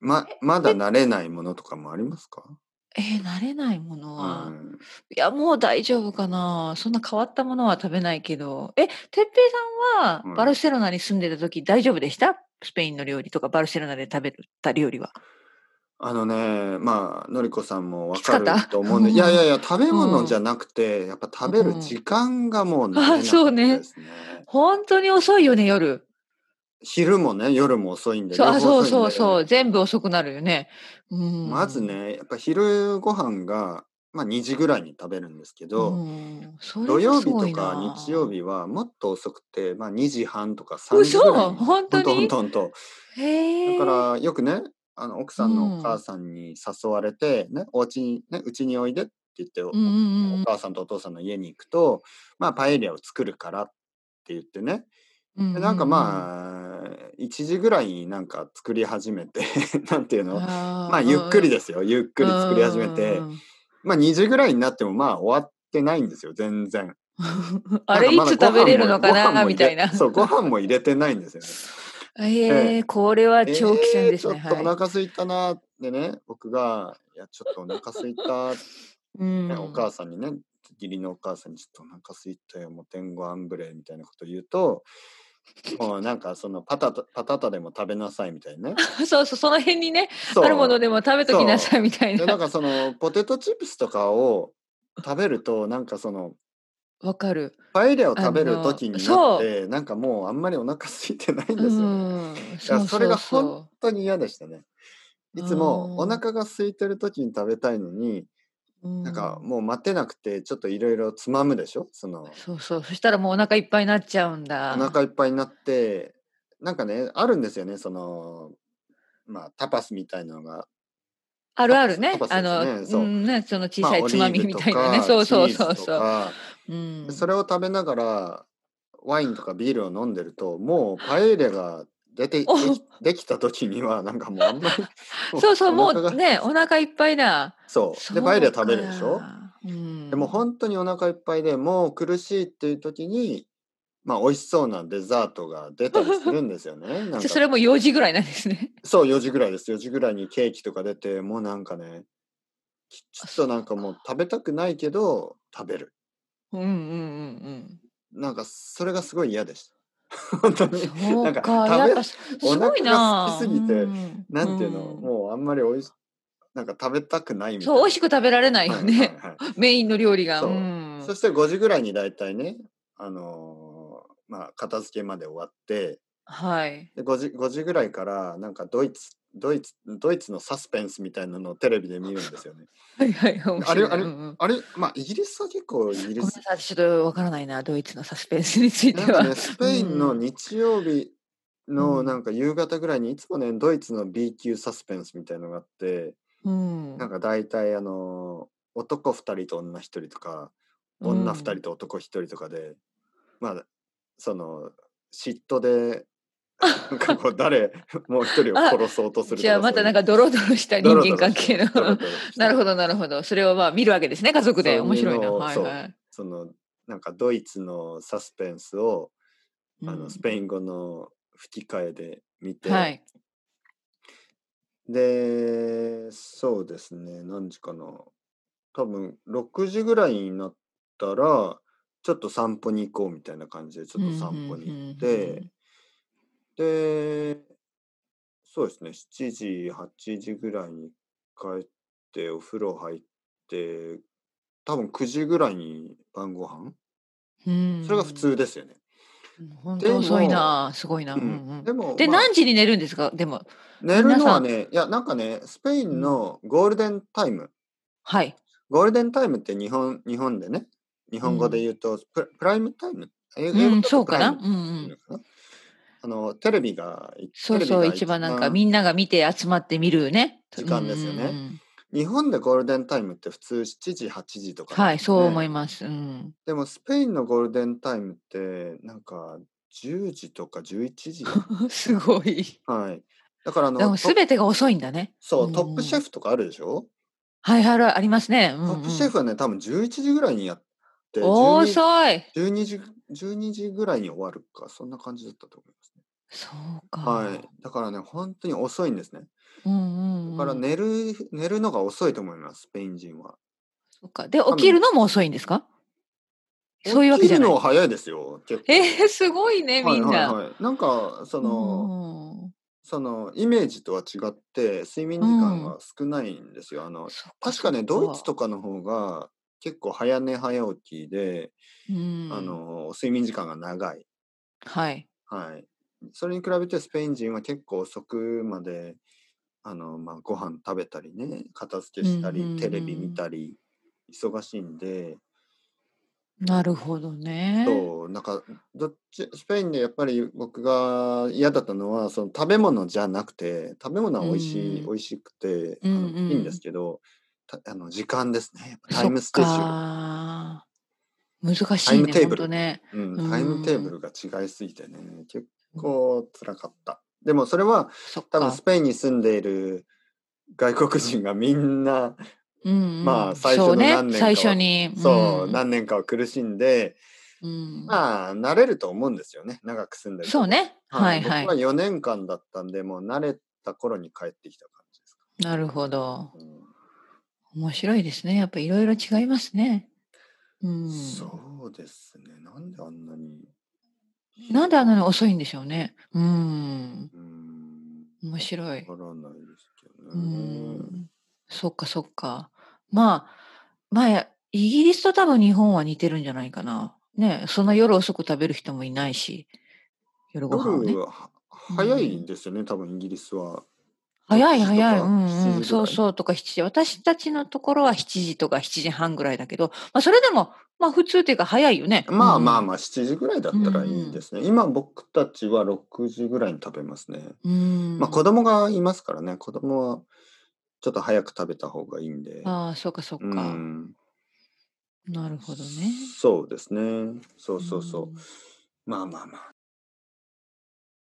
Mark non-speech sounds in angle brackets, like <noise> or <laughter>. ま、まだ慣れないものとかもありますかえー、慣れないものは、うんいやもう大丈夫かなそんな変わったものは食べないけどえ哲平さんうんはバルセロナに住んでた時大丈夫でしたスペインの料理とかバルセロナで食べた料理はあのね、まあ、のりこさんもわきつかかっるたと思うんで、うんいやいやいや、食べう物んじゃなくて、やっぱ食べる時間がもう慣れなかあそうったねですね。本当に遅いよね夜昼もね、夜も遅いんで、そう両あ方そう遅いんでそうそう全部遅くなるよねうんまずね、やっぱ昼ご飯が、まあ、2時ぐらいに食べるんですけど、うんそれ土曜は日すとごいなか日曜日はもっと遅くて、まあ、2時半とか3時嘘ぐらいに本当にトントントントへンえだからよくねあの奥さんうんのお母さんに誘われて、ねお家にねうちにおいでって言って、うんうんうんお母さんとお父さんの家に行くと、まあ、パエリアを作るからって言ってねでなんかあまあ1時ぐらいになんか作り始めて <laughs> なんていうのままあゆっくりですよゆっくり作り始めて。まあ2時ぐらいになってもまあ終わってないんですよ、全然。 <laughs> あれいなんつかまだ食べれるご飯のもかごな飯も入みれたいな。そう、ご飯も入れてないんですよね。えー、これは長期戦ですね。えーちょっとおはい腹空いたなーってね、僕が、いや、ちょっとお腹空いたーって、うんね、お母さんにね、義理のお母さんにちょっとお腹空いたよ、もう天狗アンブレみたいなこと言うと、もうなんかそのパタタパタタでも食べなさいみたいなね。そうそう、その辺にね、そうあるものでも食べときなさいみたいでなんな。かそのポテトチップスとかを食べると、なんかその、わかる。パエリアを食べる時にあのなっそてなんかもうあんまりお腹空いてないんうですよね、本ん。そうそうそれがそう本当に嫌でしたねいつうんもお腹が空いてる時に食べたいのに、うんなんかもう待てなくてちょっといろいろつまむでしょそのそうそう。そしたらもうお腹いっぱいになっちゃうんおだ。腹いっぱいになってなんかねあるんですよねそのまあタパスみたいなのがあるあるねタ。パスあの、ですねそううんね、その小まあさいオつリまーみブみとたいなかね。そうそうチーズそうとそう。かうん。それを食べながらワインとかビールを飲んでるともうパエリアが出てで <laughs> おきできた時にはなんかもうあんま <laughs> りそうそう、もお腹うがね、お腹いっぱいだ。そうでパエリア食べるでしそうょかうん。でも本当にお腹いっぱいでもう苦しいっていう時にまあ美味しそうなデザートが出たりするんですよ <laughs> ねなんじかゃそれも4時ぐらいなんです <laughs> ね。そう4時ぐらいです4時ぐらいにケーキとか出てもうなんかねきちょっとなんかもう食べたくないけど食べるうんうんうんなんかそれがすごい嫌でした <laughs> 本当うん。にそなんうかか、食べやっぱすすお腹ごいな。が好きすぎてうんなんていうの、んもうあんまりおいしなんか食べたくないみたいそな。う、美味しく食べられないはよいね。はいはいメインの料理が。そう <laughs> うんそして5時ぐらいに大体ね、あのーまあ、片付けまで終わってはい。で5時 ,5 時ぐらいからなんかドイツドイツドイツのサスペンスみたいなのをテレビで見るんですよね。はいはい。面白いあれうんうん <laughs> あれまあイギリスは結構イギごリめん <laughs> スなさい、ちょっとわからないな、ドイツのサスペンスについなてんかは。ねスペインのうん日曜日うのんなんか夕方ぐらいにいつもねドイツの B 級サスペンスみたいのがあって。うんなんか大体あの男2人と女1人とかうん女2人と男1人とかで、まあその嫉妬 <laughs> でなんかこう誰もう1人を殺そうとするじゃあまたなんかドドロドロした人間関係の。 <laughs> なるほどどなるほど。それをまあ見るわけですね、家族で。そう面白い見な。るのをはいはい。そのなんかドイツのサスペンスを、あうのんスペイン語の吹き替えで見て、はい。で、そうですね、何時かな。多分6時ぐらいになったら、ちょっと散歩に行こうみたいな感じで、ちょっと散歩に行っうんうんうんうんて、で、そうですね、7時、8時ぐらいに帰って、お風呂入って、多分9時ぐらいに晩ご飯うんそれが普通ですよね。本当遅いな、すごいな。ううんんでも、うんで、まあ何時に寝るんですか、でも。寝るの皆さはんね、いや、なんかね、スペインのゴールデンタイム、はい。ゴールデンタイムって日本日本でね、日本語で言うとプ,、プライムタイム英う英語ん、だとそうかな。うプんラうイムっていん。うのかなあのテレビがそうそう、一番なんかみんなが見て集まって見るね。時間ですよねうんうんうん日本でゴールデンタイムって普通7時8時とかなんはい、ですね、そう思いま <laughs> す。うん。でもスペインのゴールデンタイムってなんか10時とか11時 <laughs> だすごい。はいだからあのでもトすべてが遅いんだね。そうトップシェフ。フとかあるでしょ、はいはいはい、ありますね。トップシェフ。フはね多分11時ぐらいにやって12遅い。 12時12時ぐらいに終わるかそんな感じだったと思いますねそうはか。い。だからね、ほんとに遅いんですね。うんだうんからうん。寝る寝るのが遅いと思います、スペイン人は。そっか。で、多起きる分のも遅いんですかそういうわけ起きじゃるなのい。は早いですよ、結構。えー、すごいね、はみいんはいな。はい。なんか、そうの、んうん。そのイメージとは違って睡眠う時間ん。が少ないんですよ。あのそっか確そかっねドイツか。とかの方が結構早寝早起きでうあん。の睡眠時間が長い。はい。はい。それに比べてスペイン人は結構遅くまであの、まあ、ご飯食べたりね片付けうんうしたりテレビ見んたり忙しいんでうん。なるほどね。そうなんかどっちスペインでやっぱり僕が嫌だったのはその食べ物じゃなくて食べ物うは美味しいん。美味しくてうあのんういいんですん。けどたあの時間ですねやっぱタそイっムスケジュールか。難タイしいムね、テーほブんとル、ね。うん、うタイムテーブん。ルが違いすぎてね結構辛かったでもそれはそっ多分スか。ペインに住んでいる外国人がみんなうんまうあん。最そ初うのね。何年最か初はに。う。そうん何年かは苦しんでうん。まあ、慣れると思うんですよね。長く住んでるそうと。ね。は。はいいは。僕はい4年間だったんで、もう慣れた頃に帰ってきた感じですかなるほど。ね。うん面白いですね。やっぱいろいろ違いますね。うん。そうですね。なんであんなになん広であんいなに遅いんでしょうね。うん。うーん、面白い。わからないですけどうね。ん。そっかそっか。まあ、まあ、イギリスと多分日本は似てるんじゃないかな。ね、そんな夜遅く食べる人もいないし、夜ご飯を夜ね。は、う早いん。ですよね。多分イギリスは。早6時いと早い、うか7んうん、時ぐそうらい。そうとか7時。私たちのところは7時とか7時半ぐらいだけど、まあそれでも、まあ普通っていうか早いよね。うまあまあんまあ、7時ぐらいだうったらいいでん。すね。今僕たちは6時ぐらいに食べますね。うまあ子ん。供がいますからね。子供はちょっと早く食べた方がいいんで。ああー、そうかそううか。ん。なるほどね。そうですね。そううそうそんう。まあまあまあ。